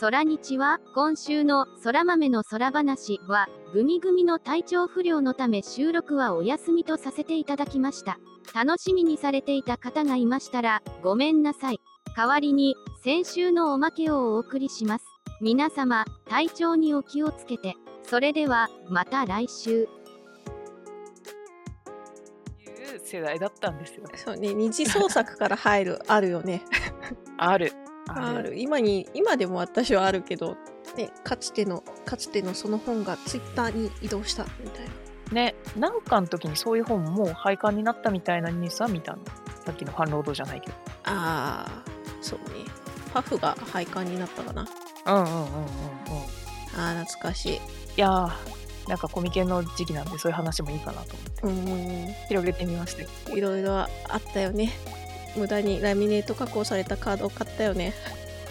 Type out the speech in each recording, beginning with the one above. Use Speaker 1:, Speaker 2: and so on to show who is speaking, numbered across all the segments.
Speaker 1: 空日は今週の空豆の空話はグミグミの体調不良のため収録はお休みとさせていただきました楽しみにされていた方がいましたらごめんなさい代わりに先週のおまけをお送りします皆様体調にお気をつけてそれではまた来週
Speaker 2: いう世代だったんですよ。
Speaker 3: そうね、二次創作から入る、あるよね。
Speaker 2: ある。
Speaker 3: ある。今に、今でも私はあるけど、ね、かつての、かつてのその本がツイッターに移動したみたいな。
Speaker 2: ね、なんかの時にそういう本もう廃刊になったみたいなニュースは見たの。さっきのファンロードじゃないけど。
Speaker 3: あー、そうね。パフが廃刊になったかな。
Speaker 2: うんうんうんうんうん。
Speaker 3: あー、懐かしい。
Speaker 2: いやー、なんかコミケの時期なんでそういう話もいいかなと思って
Speaker 3: うーん。
Speaker 2: 広げてみましたけど。
Speaker 3: いろいろあったよね。無駄にラミネート加工されたカードを買ったよ ね。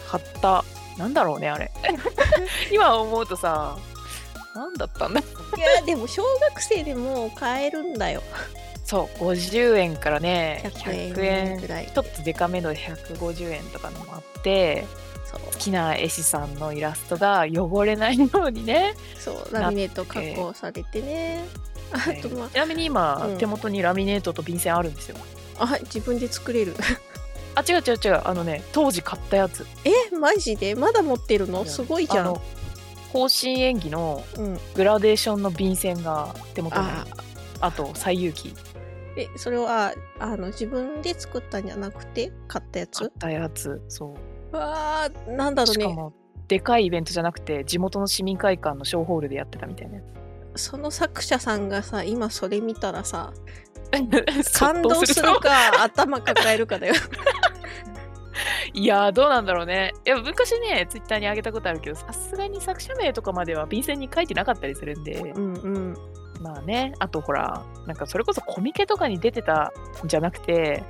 Speaker 2: 買った。なんだろうね、 あれ。今思うとさ、なんだったんだ
Speaker 3: いや、でも小学生でも買えるんだよ。
Speaker 2: そう、50円からね、
Speaker 3: 100
Speaker 2: 100
Speaker 3: 円ぐ
Speaker 2: 円。
Speaker 3: らい。
Speaker 2: ちょっとデカめので150円とかのもあって、
Speaker 3: そう。
Speaker 2: 好きな絵師さんのイラストが汚れないようにね。
Speaker 3: そう、ラミネート加工されてね。あと、まあ
Speaker 2: ちなみに今、
Speaker 3: うん
Speaker 2: 手元にラミネートと便箋あるんですよ。
Speaker 3: あ自分で作れる
Speaker 2: あ違う違う違うあのね当時買ったやつ
Speaker 3: えマジでまだ持ってるのすごいじ
Speaker 2: あ
Speaker 3: ゃん
Speaker 2: の方針演技の
Speaker 3: うん
Speaker 2: グラデーションの便箋が手元にあ
Speaker 3: あ
Speaker 2: るあと最遊記
Speaker 3: えそれはあの自分で作ったんじゃなくて買ったや
Speaker 2: 買っ
Speaker 3: つ
Speaker 2: たやつそ
Speaker 3: わあなんだ
Speaker 2: う
Speaker 3: ろう
Speaker 2: しか
Speaker 3: ね
Speaker 2: もでかいイベントじゃなくて地元の市民会館の小ホールでやってたみたいなや
Speaker 3: その作者さんがさ今それ見たらさ
Speaker 2: つ
Speaker 3: 感動する
Speaker 2: そっと
Speaker 3: か 頭抱えるかだよ
Speaker 2: いやーどうなんだろうねいや昔ねツイッターに上げたことあるけどさすがに作者名とかまでは便箋に書いてなかったりするんで、
Speaker 3: うんうん
Speaker 2: まあね、あとほら、なんかそれこそコミケとかに出てたんじゃなくて、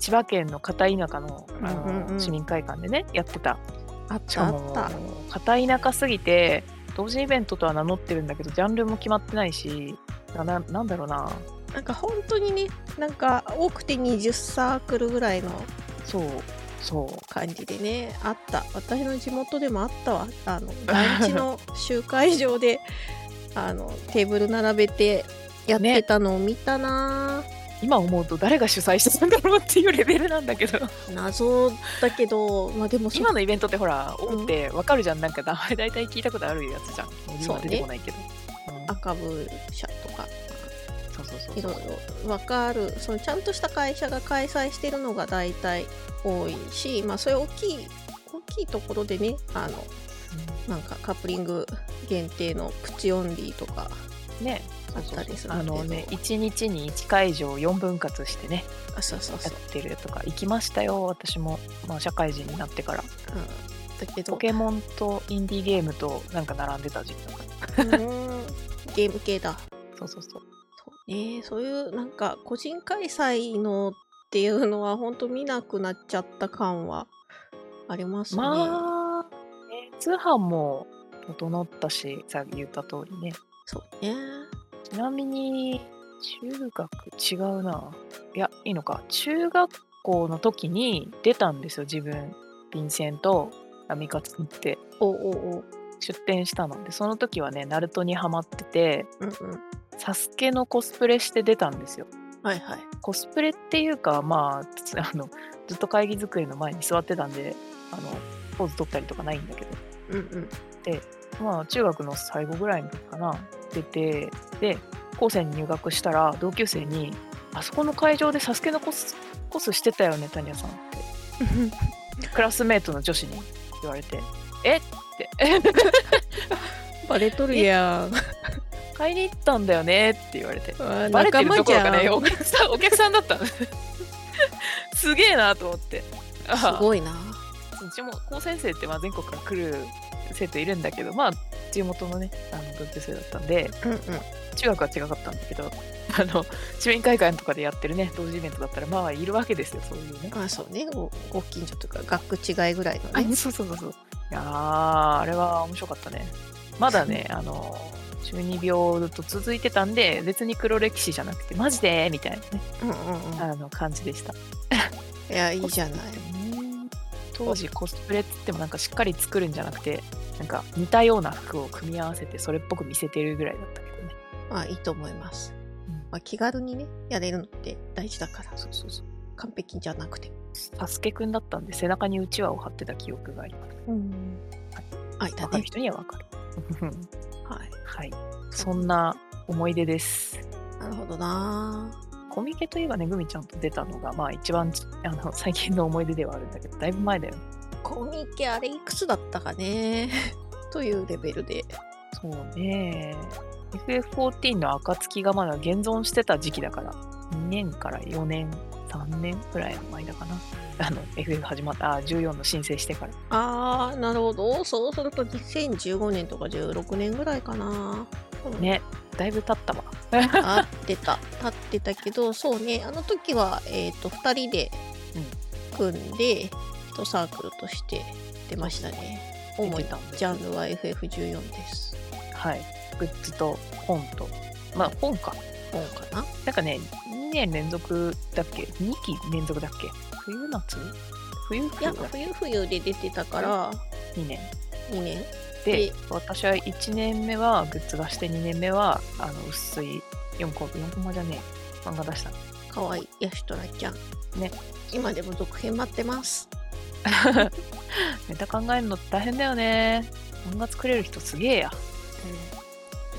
Speaker 2: 千葉県の片田舎のあの、
Speaker 3: うんうんうん
Speaker 2: 市民会館でね、やってた。
Speaker 3: あっ
Speaker 2: したか
Speaker 3: あっ
Speaker 2: も
Speaker 3: た、
Speaker 2: 片田舎すぎて、同時イベントとは名乗ってるんだけど、ジャンルも決まってないし、なななんだろうな、
Speaker 3: なんか本当にねなんか多くて20サークルぐらいの
Speaker 2: そう、そう。
Speaker 3: 感じでねあった私の地元でもあったわ あの団地の集会場であのテーブル並べてやってたのを見たな、
Speaker 2: 今思うと誰が主催してたんだろうっていうレベルなんだけど
Speaker 3: 謎だけどまあでもそ
Speaker 2: 今のイベントってほら大手わかるじゃんなんか名 前大体聞いたことあるやつじゃん
Speaker 3: そ
Speaker 2: 今
Speaker 3: うね
Speaker 2: 出てこないけどうん
Speaker 3: 赤部社とか
Speaker 2: そうそうそう
Speaker 3: いろいろわかるそのちゃんとした会社が開催してるのが大体多いしまあそれ大きい大きいところでねあのなんかカップリング限定のプチオンリーとか
Speaker 2: ね、
Speaker 3: あったりする
Speaker 2: あ
Speaker 3: けど
Speaker 2: のね、1日に1会場4分割してね、
Speaker 3: あそうそうそ
Speaker 2: やっ
Speaker 3: う、
Speaker 2: てるとか、行きましたよ、私も、まあ、社会人になってから、
Speaker 3: うん、だけど
Speaker 2: ポケモンとインディーゲームとなんか並んでた時期とか、
Speaker 3: うーんゲーム系だ。
Speaker 2: そうそうそう、
Speaker 3: そうね、そういうなんか個人開催のっていうのは本当見なくなっちゃった感はありますね。
Speaker 2: まあ、ね通販も整ったし、さ言った通りね、
Speaker 3: そうね。
Speaker 2: ちなみに、中学、違うな、いや、いいのか、中学校の時に出たんですよ、自分、便箋と、アミカツって。
Speaker 3: おうおうおう。
Speaker 2: 出店したのでその時はねナルトにハマってて
Speaker 3: うんうん。
Speaker 2: サスケのコスプレして出たんですよ
Speaker 3: はいはい。
Speaker 2: コスプレっていうかまあつ あのずっと会議机の前に座ってたんであのポーズ取ったりとかないんだけど
Speaker 3: うんうん。
Speaker 2: まあ中学の最後ぐらいの時かな出てで高専に入学したら同級生に「あそこの会場でサスケのコスコスしてたよね谷さん」ってクラスメートの女子に言われて「えっ?」て
Speaker 3: バレとるやん。
Speaker 2: 「買いに行ったんだよね」って言われて
Speaker 3: あ
Speaker 2: バレてるどころかね
Speaker 3: 仲
Speaker 2: お
Speaker 3: 間じ
Speaker 2: 客さんお客さんだったの すげえなと思って
Speaker 3: ゃんす
Speaker 2: あ
Speaker 3: ごいな。
Speaker 2: あうちも高専生ってまあ全国から来る生徒いるんだけどまあ地元のねあの同級生だったんで
Speaker 3: うんうん。
Speaker 2: 中学は違かったんだけどあの市民会館とかでやってるね同時イベントだったらまあいるわけですよそういうね
Speaker 3: まあそうね。ごご近所というか学区違いぐらいの
Speaker 2: あ
Speaker 3: ね。
Speaker 2: そうそうそうそういやーあれは面白かったねまだ ねあの中二病ずっと続いてたんで別に黒歴史じゃなくてマジでみたいなね
Speaker 3: うんうんうん。
Speaker 2: あの感じでした
Speaker 3: いやいいじゃない。
Speaker 2: ね当時コスプレっつってもなんかしっかり作るんじゃなくてなんか似たような服を組み合わせてそれっぽく見せてるぐらいだったけどね
Speaker 3: まあいいと思います
Speaker 2: うん。
Speaker 3: まあ、気軽にね、やれるのって大事だから、
Speaker 2: そうそうそう
Speaker 3: 完璧じゃなくて。
Speaker 2: サスケくんだったんで背中にうちわを貼ってた記憶があります
Speaker 3: あ、いた
Speaker 2: 分かる
Speaker 3: ね。
Speaker 2: 人には分かる
Speaker 3: はい。
Speaker 2: はいそんな思い出です
Speaker 3: なるほどな
Speaker 2: コミケといえばねグミちゃんと出たのがまあ一番ちあの最近の思い出ではあるんだけどだいぶ前だよね
Speaker 3: コミケあれいくつだったかね というレベルで。
Speaker 2: そうね FF14 の暁がまだ現存してた時期だから2年から4年3年くらいの間かなあの FF 始まったあ14の申請してから
Speaker 3: あー、なるほど。そうすると2015年とか16年ぐらいか な。
Speaker 2: ねだいぶ経ったわ
Speaker 3: 合ってた立ってたけどそうねあの時は、えー、と2人で組んで、一サークルとして出ましたね主に
Speaker 2: 出てたんで
Speaker 3: ジャンルは FF14 です
Speaker 2: はいグッズと本とまあ本か
Speaker 3: 本かな
Speaker 2: なんかね2年連続だっけ2期連続だっけ冬夏冬
Speaker 3: いや
Speaker 2: 冬だ
Speaker 3: 冬冬で出てたから
Speaker 2: 2年
Speaker 3: 2年
Speaker 2: で
Speaker 3: で
Speaker 2: 私は1年目はグッズ出して2年目はあの薄い4コ4コマじゃねえ漫画出した
Speaker 3: 可愛いヤシトラちゃん
Speaker 2: ね
Speaker 3: 今でも続編待ってます
Speaker 2: ネタ考えるのって大変だよね漫画作れる人すげえや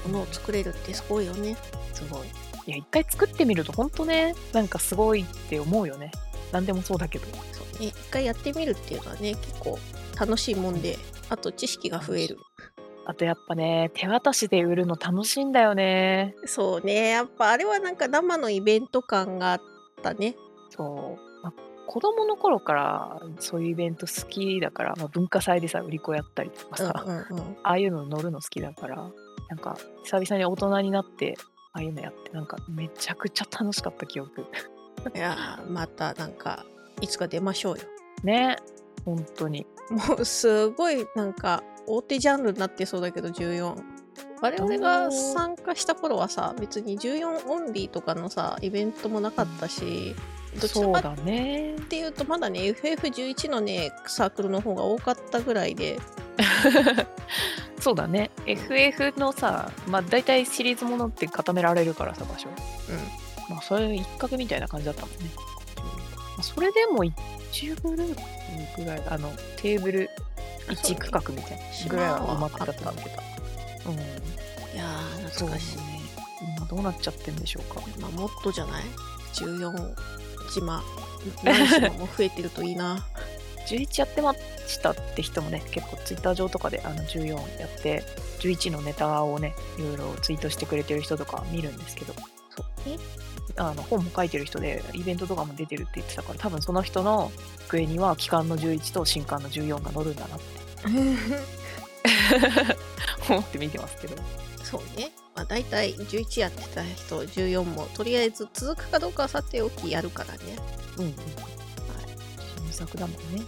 Speaker 3: ものを作れるってすごいよね
Speaker 2: すごいいや一回作ってみるとほんとねなんかすごいって思うよね何でもそうだけど
Speaker 3: そうね一回やってみるっていうのはね結構楽しいもんであと知識が増える
Speaker 2: あとやっぱね手渡しで売るの楽しいんだよね
Speaker 3: そうねやっぱあれはなんか生のイベント感があったね
Speaker 2: そう、まあ、子供の頃からそういうイベント好きだから、まあ、文化祭でさ売り子やったりとか
Speaker 3: うん
Speaker 2: さ、
Speaker 3: うんうん
Speaker 2: ああいうの乗るの好きだからなんか久々に大人になってああいうのやってなんかめちゃくちゃ楽しかった記憶
Speaker 3: いやーまたなんかいつか出ましょうよ
Speaker 2: ね本当に
Speaker 3: もうすごいなんか大手ジャンルになってそうだけど14我々が参加した頃はさ別に14オンリーとかのさイベントもなかったしどち
Speaker 2: そう
Speaker 3: らか
Speaker 2: だね
Speaker 3: っていうとまだね FF11 のねサークルの方が多かったぐらいで
Speaker 2: そうだね FF のさまあ大体シリーズものって固められるからさ場所まあそれ一角みたいな感じだったもんね、まあそれでも1グループぐらいあのテーブル1区画みたいなぐらいは埋まってたと思うけど、うん、
Speaker 3: いやー
Speaker 2: そう
Speaker 3: 懐
Speaker 2: ね
Speaker 3: かしい
Speaker 2: 今どうなっちゃってんでしょうか
Speaker 3: まあ、もっとじゃない ?14 島何島も増えてるとい いな
Speaker 2: 11やってましたって人もね結構ツイッター上とかであの14やって11のネタをねいろいろツイートしてくれてる人とか見るんですけど
Speaker 3: そうね
Speaker 2: あの本も書いてる人でイベントとかも出てるって言ってたから多分その人の机には期間の11と新刊の14が載るんだ なって思って見てますけど
Speaker 3: そうね、まあ、大体11やってた人14もとりあえず続くかどうかはさておきやるからね
Speaker 2: うん、うん、新作だもんね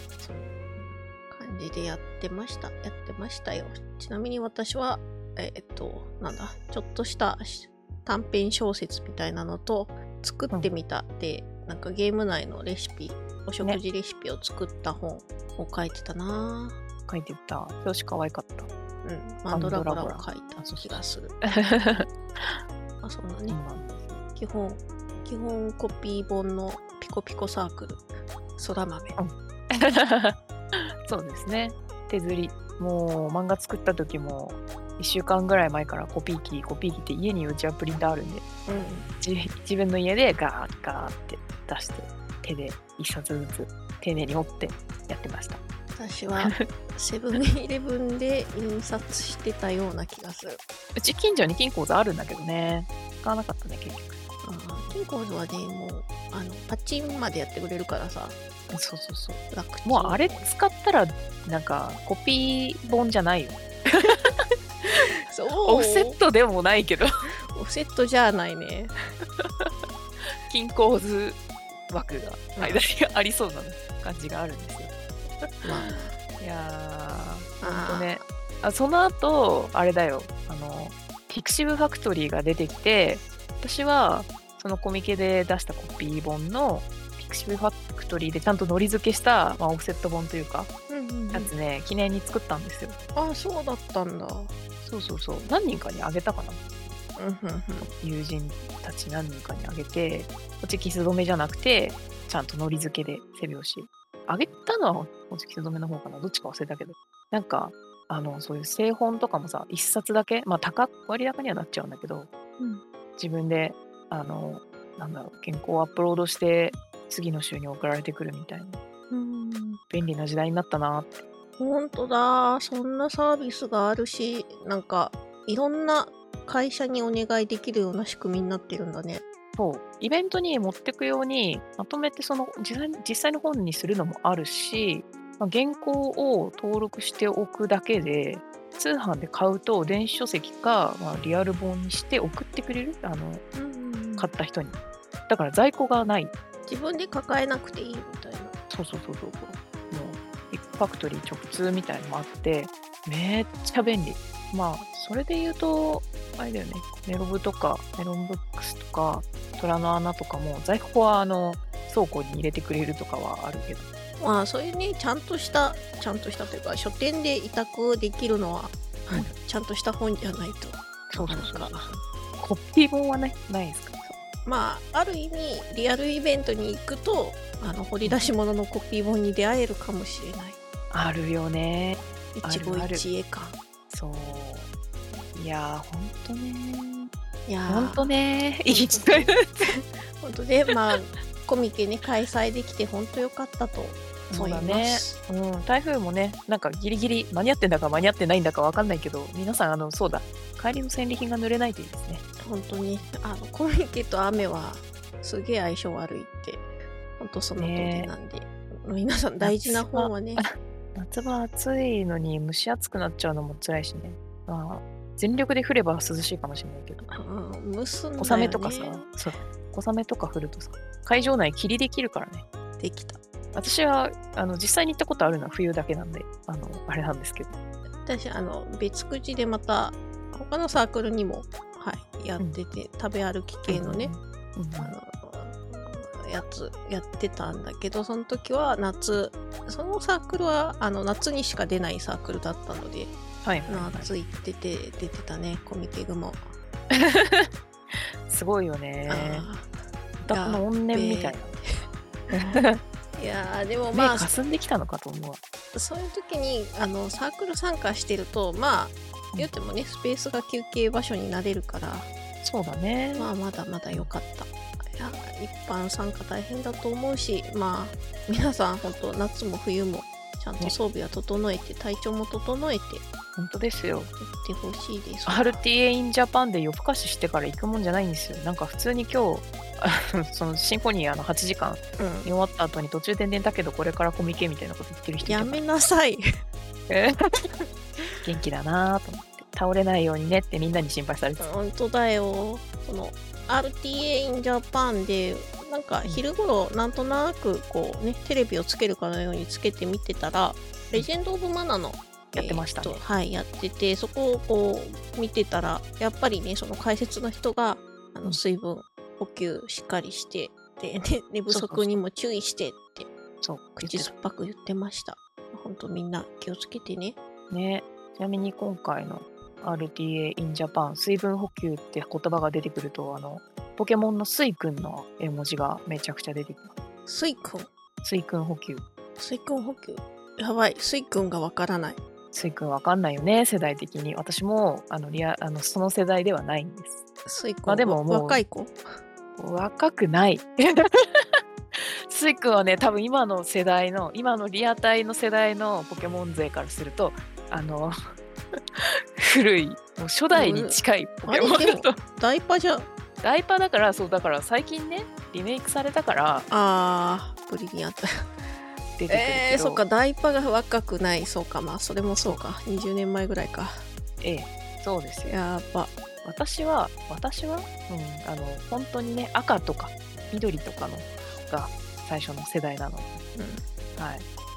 Speaker 3: 感じでやってましたやってましたよちなみに私はえーっとなんだちょっとしたし短編小説みたいなのと作ってみたで、なんかゲーム内のレシピお食事レシピを作った本を書いてたな、
Speaker 2: 書いてた表紙可愛かった
Speaker 3: うん、
Speaker 2: マ
Speaker 3: マ
Speaker 2: ン
Speaker 3: ン
Speaker 2: ドラ
Speaker 3: ド
Speaker 2: ゴ
Speaker 3: ラゴ
Speaker 2: ラ
Speaker 3: ラ
Speaker 2: を
Speaker 3: を
Speaker 2: 書
Speaker 3: 書
Speaker 2: い
Speaker 3: い
Speaker 2: た
Speaker 3: た
Speaker 2: 気
Speaker 3: 気
Speaker 2: が
Speaker 3: がする。 あ、そうだね。基本、基本コピー本のピコピコサークル、空豆。
Speaker 2: そうですね手刷りもう漫画作った時も1週間ぐらい前からコピー機コピー機って家にうちはプリンターあるんで
Speaker 3: う
Speaker 2: 自自分の家でガーッガーって出して手で1冊ずつ丁寧に折ってやってました
Speaker 3: ん、私 はセブンイレブンで印刷してたような気がする。
Speaker 2: うち近所に金鉱座あるんだけどね使わなかったね結局
Speaker 3: あーキンコーズはね、もう、あの、パチンまでやってくれるからさ、
Speaker 2: そうそうそう
Speaker 3: 楽ちん
Speaker 2: もうあれ使ったらなんかコピー本じゃないよ
Speaker 3: そう
Speaker 2: オフセットでもないけど
Speaker 3: オフセットじゃないね。
Speaker 2: 金鉱図枠が間にありそうな感じがあるんですよ
Speaker 3: ま
Speaker 2: いや
Speaker 3: あ、
Speaker 2: ー、
Speaker 3: あ
Speaker 2: ほんと
Speaker 3: ー
Speaker 2: ね。あその後、あれだよ、あの、ピクシブファクトリーが出てきて、私は、そのコミケで出したコピー本の、ピクシブファクトリーでちゃんとのり付けした、まあ、オフセット本というか
Speaker 3: うんうんうん
Speaker 2: やつね、記念に作ったんですよ
Speaker 3: あそうだったんだ。
Speaker 2: そうそうそう何人かにあげたかな
Speaker 3: うんうんうん
Speaker 2: 友人たち何人かにあげてこっちキス止めじゃなくてちゃんとのり付けで背拍子あげたのはこっちキス止めの方かなどっちか忘れたけどなんかあのそういう製本とかもさ一冊だけまあ高割高にはなっちゃうんだけど、
Speaker 1: うん
Speaker 2: 自分であのなんだろう原稿をアップロードして次の週に送られてくるみたいな便利な時代になったなって
Speaker 3: 本当だそんなサービスがあるしなんかいろんな会社にお願いできるような仕組みになってるんだね
Speaker 2: そうイベントに持ってくようにまとめてその実際実際の本にするのもあるし、まあ原稿を登録しておくだけで通販で買うと電子書籍か、まあ、リアル本にして送ってくれるあの買った人にだから在庫がない
Speaker 3: 自分で抱えなくていいみたいな
Speaker 2: そうそうそうそうそうもうエッグファクトリー直通みたいのもあってめっちゃ便利まあそれで言うとあれだよねメロブとかメロンブックスとか虎の穴とかも在庫はあの倉庫に入れてくれるとかはあるけど
Speaker 3: まあそういうねちゃんとしたちゃんとしたというか書店で委託できるのは、
Speaker 2: うん
Speaker 3: ちゃんとした本じゃないと
Speaker 2: そうそう
Speaker 3: な
Speaker 2: そ
Speaker 3: か
Speaker 2: う
Speaker 3: なか
Speaker 2: コピー本はねないですか
Speaker 3: まあある意味リアルイベントに行くとあの掘り出し物のコピー本に出会えるかもしれない
Speaker 2: あるよねあ
Speaker 3: 一
Speaker 2: るあ
Speaker 3: 期
Speaker 2: る
Speaker 3: 一会感
Speaker 2: そういやーほんとね
Speaker 3: いやー
Speaker 2: ほんとね
Speaker 3: ー
Speaker 2: 一度 言う
Speaker 3: 本当でまあコミケね開催できて本当良かったと思います。
Speaker 2: うん、台風もね、なんかギリギリ間に合ってんだか間に合ってないんだかわかんないけど、皆さん、あの、そうだ、帰りの戦利品が濡れないといいですね。
Speaker 3: 本当にあのコミケと雨はすげえ相性悪いって本当その通りなんで、皆さん大事な本はね
Speaker 2: 夏場暑いのに蒸し暑くなっちゃうのも辛いしね。まあ、全力で降れば涼しいかもしれないけど、
Speaker 3: うん蒸すんだよ、ね、
Speaker 2: 小雨とかさ、そう、小雨とか降るとさ、会場内霧できるからね。
Speaker 3: できた
Speaker 2: 私は、あの、実際に行ったことあるのは冬だけなんで、あの、あれなんですけど。
Speaker 3: 私あの別口でまた他のサークルにも、はい、やってて、食べ歩き系のね、
Speaker 2: うん。うん
Speaker 3: あのやつやってたんだけどその時は夏そのサークルはあの夏にしか出ないサークルだったので
Speaker 2: はいはいはい。
Speaker 3: 夏行ってて出てたねコミケグモ、
Speaker 2: すごいよね。
Speaker 3: あ
Speaker 2: だの怨念みたいな。
Speaker 3: ーいやーでも
Speaker 2: 目
Speaker 3: ま
Speaker 2: か
Speaker 3: あ
Speaker 2: すんできたのかと思うわ。
Speaker 3: そういう時にあのサークル参加してるとまあ
Speaker 2: うん
Speaker 3: 言ってもねスペースが休憩場所になれるから、
Speaker 2: そうだね。
Speaker 3: まあまだまだ良かった。いや一般参加大変だと思うしまあ皆さん本当夏も冬もちゃんと装備は整えて、体調も整えて行
Speaker 2: 本当ですよ。
Speaker 3: ってほしいです。
Speaker 2: RTA in Japan で夜更かししてから行くもんじゃないんですよ。なんか普通に今日、 あのそのシンフォニーあの8時間
Speaker 3: うん
Speaker 2: 見終わった後に途中で寝たけどこれからコミケみたいなこと言ってる人い
Speaker 3: や
Speaker 2: た
Speaker 3: めなさい。
Speaker 2: えー 元気だなぁと思って。倒れないようにねってみんなに心配されてた。
Speaker 3: 本当だよ。その RTA in Japan でなんか昼頃なんとなくこうねテレビをつけるかのようにつけて見てたら「レジェンド・オブ・マナ」の
Speaker 2: やってましたね
Speaker 3: えーっとはいやっててそこをこう見てたらやっぱりねその解説の人があ
Speaker 2: う
Speaker 3: の
Speaker 2: ん
Speaker 3: 水分補給しっかりしてで、ね、寝不
Speaker 2: そうそうそ
Speaker 3: 足
Speaker 2: う
Speaker 3: にも注意してって
Speaker 2: そう、
Speaker 3: 口酸っぱく言ってました。本当みんな気をつけてね。
Speaker 2: ね、ちなみに今回の RTA in Japan 水分補給って言葉が出てくるとあのポケモンのスイくんの絵文字がめちゃくちゃ出てきま
Speaker 3: 水君
Speaker 2: す。スイくん補給。
Speaker 3: 水君補給やばい水君がわからない。
Speaker 2: スイくんわかんないよね、世代的に。私もあのリアあのその世代ではないんです。
Speaker 3: スイコ
Speaker 2: まあでももう
Speaker 3: 若い子
Speaker 2: 若くない。 スイくんはね、多分今の世代の、今のリアタイの世代のポケモン勢からすると、あの、 古い、もう初代に近いポケモ
Speaker 3: あれで
Speaker 2: ン
Speaker 3: も
Speaker 2: と。
Speaker 3: ダイパじゃ
Speaker 2: ダイパーだからそうだから最近ねリメイクされたから
Speaker 3: あーブリリアント
Speaker 2: 出てくるけど、
Speaker 3: えー、そっかダイパが若くないそうかまあそれもそうか20年前ぐらいか
Speaker 2: ええそうですよ
Speaker 3: やば
Speaker 2: 私は私は、うん、あの本当にね赤とか緑とかのが最初の世代なの、は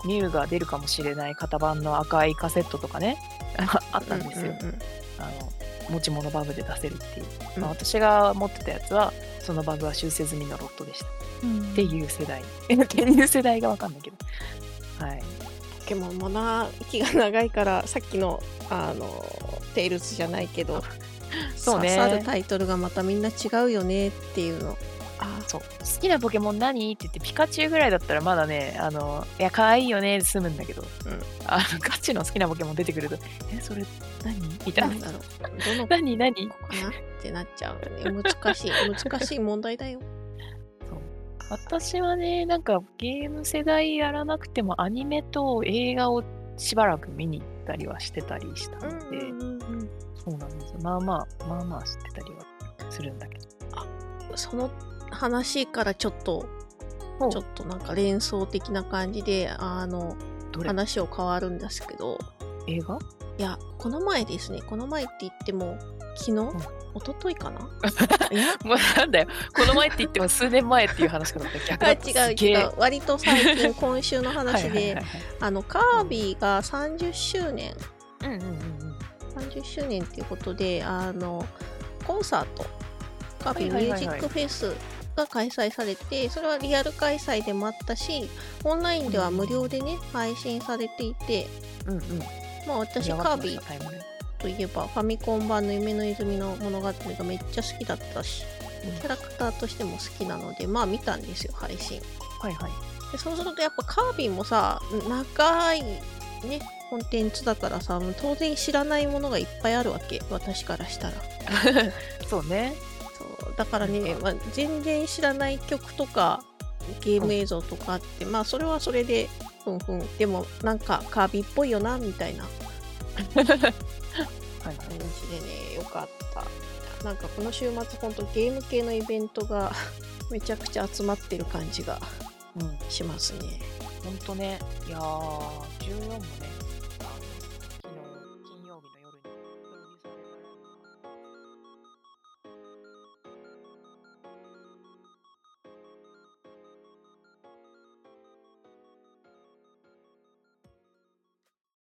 Speaker 2: い、ミュウが出るかもしれない型番の赤いカセットとかね ああったんですよ、
Speaker 3: うんうんうん
Speaker 2: あの持ち物バグで出せるっていう、
Speaker 3: うん
Speaker 2: まあ私が持ってたやつはそのバグは修正済みのロットでしたっていう世代 転入世代がわかんないけどはい
Speaker 3: ポケモンもな息が長いからさっきのあのテイルズじゃないけど
Speaker 2: そうね
Speaker 3: 刺さるタイトルがまたみんな違うよねっていうのあ
Speaker 2: そう好きなポケモン何って言ってピカチュウぐらいだったらまだねあのいや可愛いよねで済むんだけど、あのガチの好きなポケモン出てくるとえそれ何みた
Speaker 3: ないん
Speaker 2: な
Speaker 3: だろうどの子か
Speaker 2: 何何
Speaker 3: なってなっちゃうね 難しい難しい問題だよ
Speaker 2: 私はねなんかゲーム世代やらなくてもアニメと映画をしばらく見に行ったりはしてたりしたので、そうなんですよまあまあまあまあ知ってたりはするんだけど
Speaker 3: その話からちょっと
Speaker 2: お
Speaker 3: ちょっとなんか連想的な感じであの
Speaker 2: どれ
Speaker 3: 話を変わるんですけど
Speaker 2: 映画
Speaker 3: いやこの前ですねこの前って言っても昨日、
Speaker 2: ん
Speaker 3: 一昨日 かないや
Speaker 2: もうなんだよこの前って言っても数年前っていう話かと思った逆
Speaker 3: あ
Speaker 2: だ
Speaker 3: 違
Speaker 2: ったす
Speaker 3: う
Speaker 2: げえ
Speaker 3: 違う割と最近今週の 話で
Speaker 2: はいはいはい
Speaker 3: あのカービィが30周年
Speaker 2: はいうんうんうんうん
Speaker 3: 30周年っていうことであのコンサートカービィ
Speaker 2: はい
Speaker 3: ミュ
Speaker 2: は
Speaker 3: ー
Speaker 2: いはいは
Speaker 3: ジ
Speaker 2: い
Speaker 3: ックフェスが開催されて、それはリアル開催でもあったしオンラインでは無料でね配信されていて、
Speaker 2: うんうん
Speaker 3: まあ、私
Speaker 2: やば
Speaker 3: カー
Speaker 2: くな
Speaker 3: ビ
Speaker 2: い
Speaker 3: ィ
Speaker 2: タイムラグ
Speaker 3: といえばファミコン版の夢の泉の物語がめっちゃ好きだったし
Speaker 2: うん
Speaker 3: キャラクターとしても好きなのでまあ見たんですよ配信
Speaker 2: はいはい
Speaker 3: でそうするとやっぱカービィもさ長いねコンテンツだからさもう当然知らないものがいっぱいあるわけ私からしたら
Speaker 2: そうね
Speaker 3: そうだからね、まあ、全然知らない曲とかゲーム映像とかあってまあそれはそれでふんふんでもなんかカービィっぽいよなみたいな
Speaker 2: はいはい
Speaker 3: 感じでねよかったなんかこの週末ほんとゲーム系のイベントが めちゃくちゃ集まってる感じが
Speaker 2: うん
Speaker 3: しますね
Speaker 2: ほんとねいやー14もね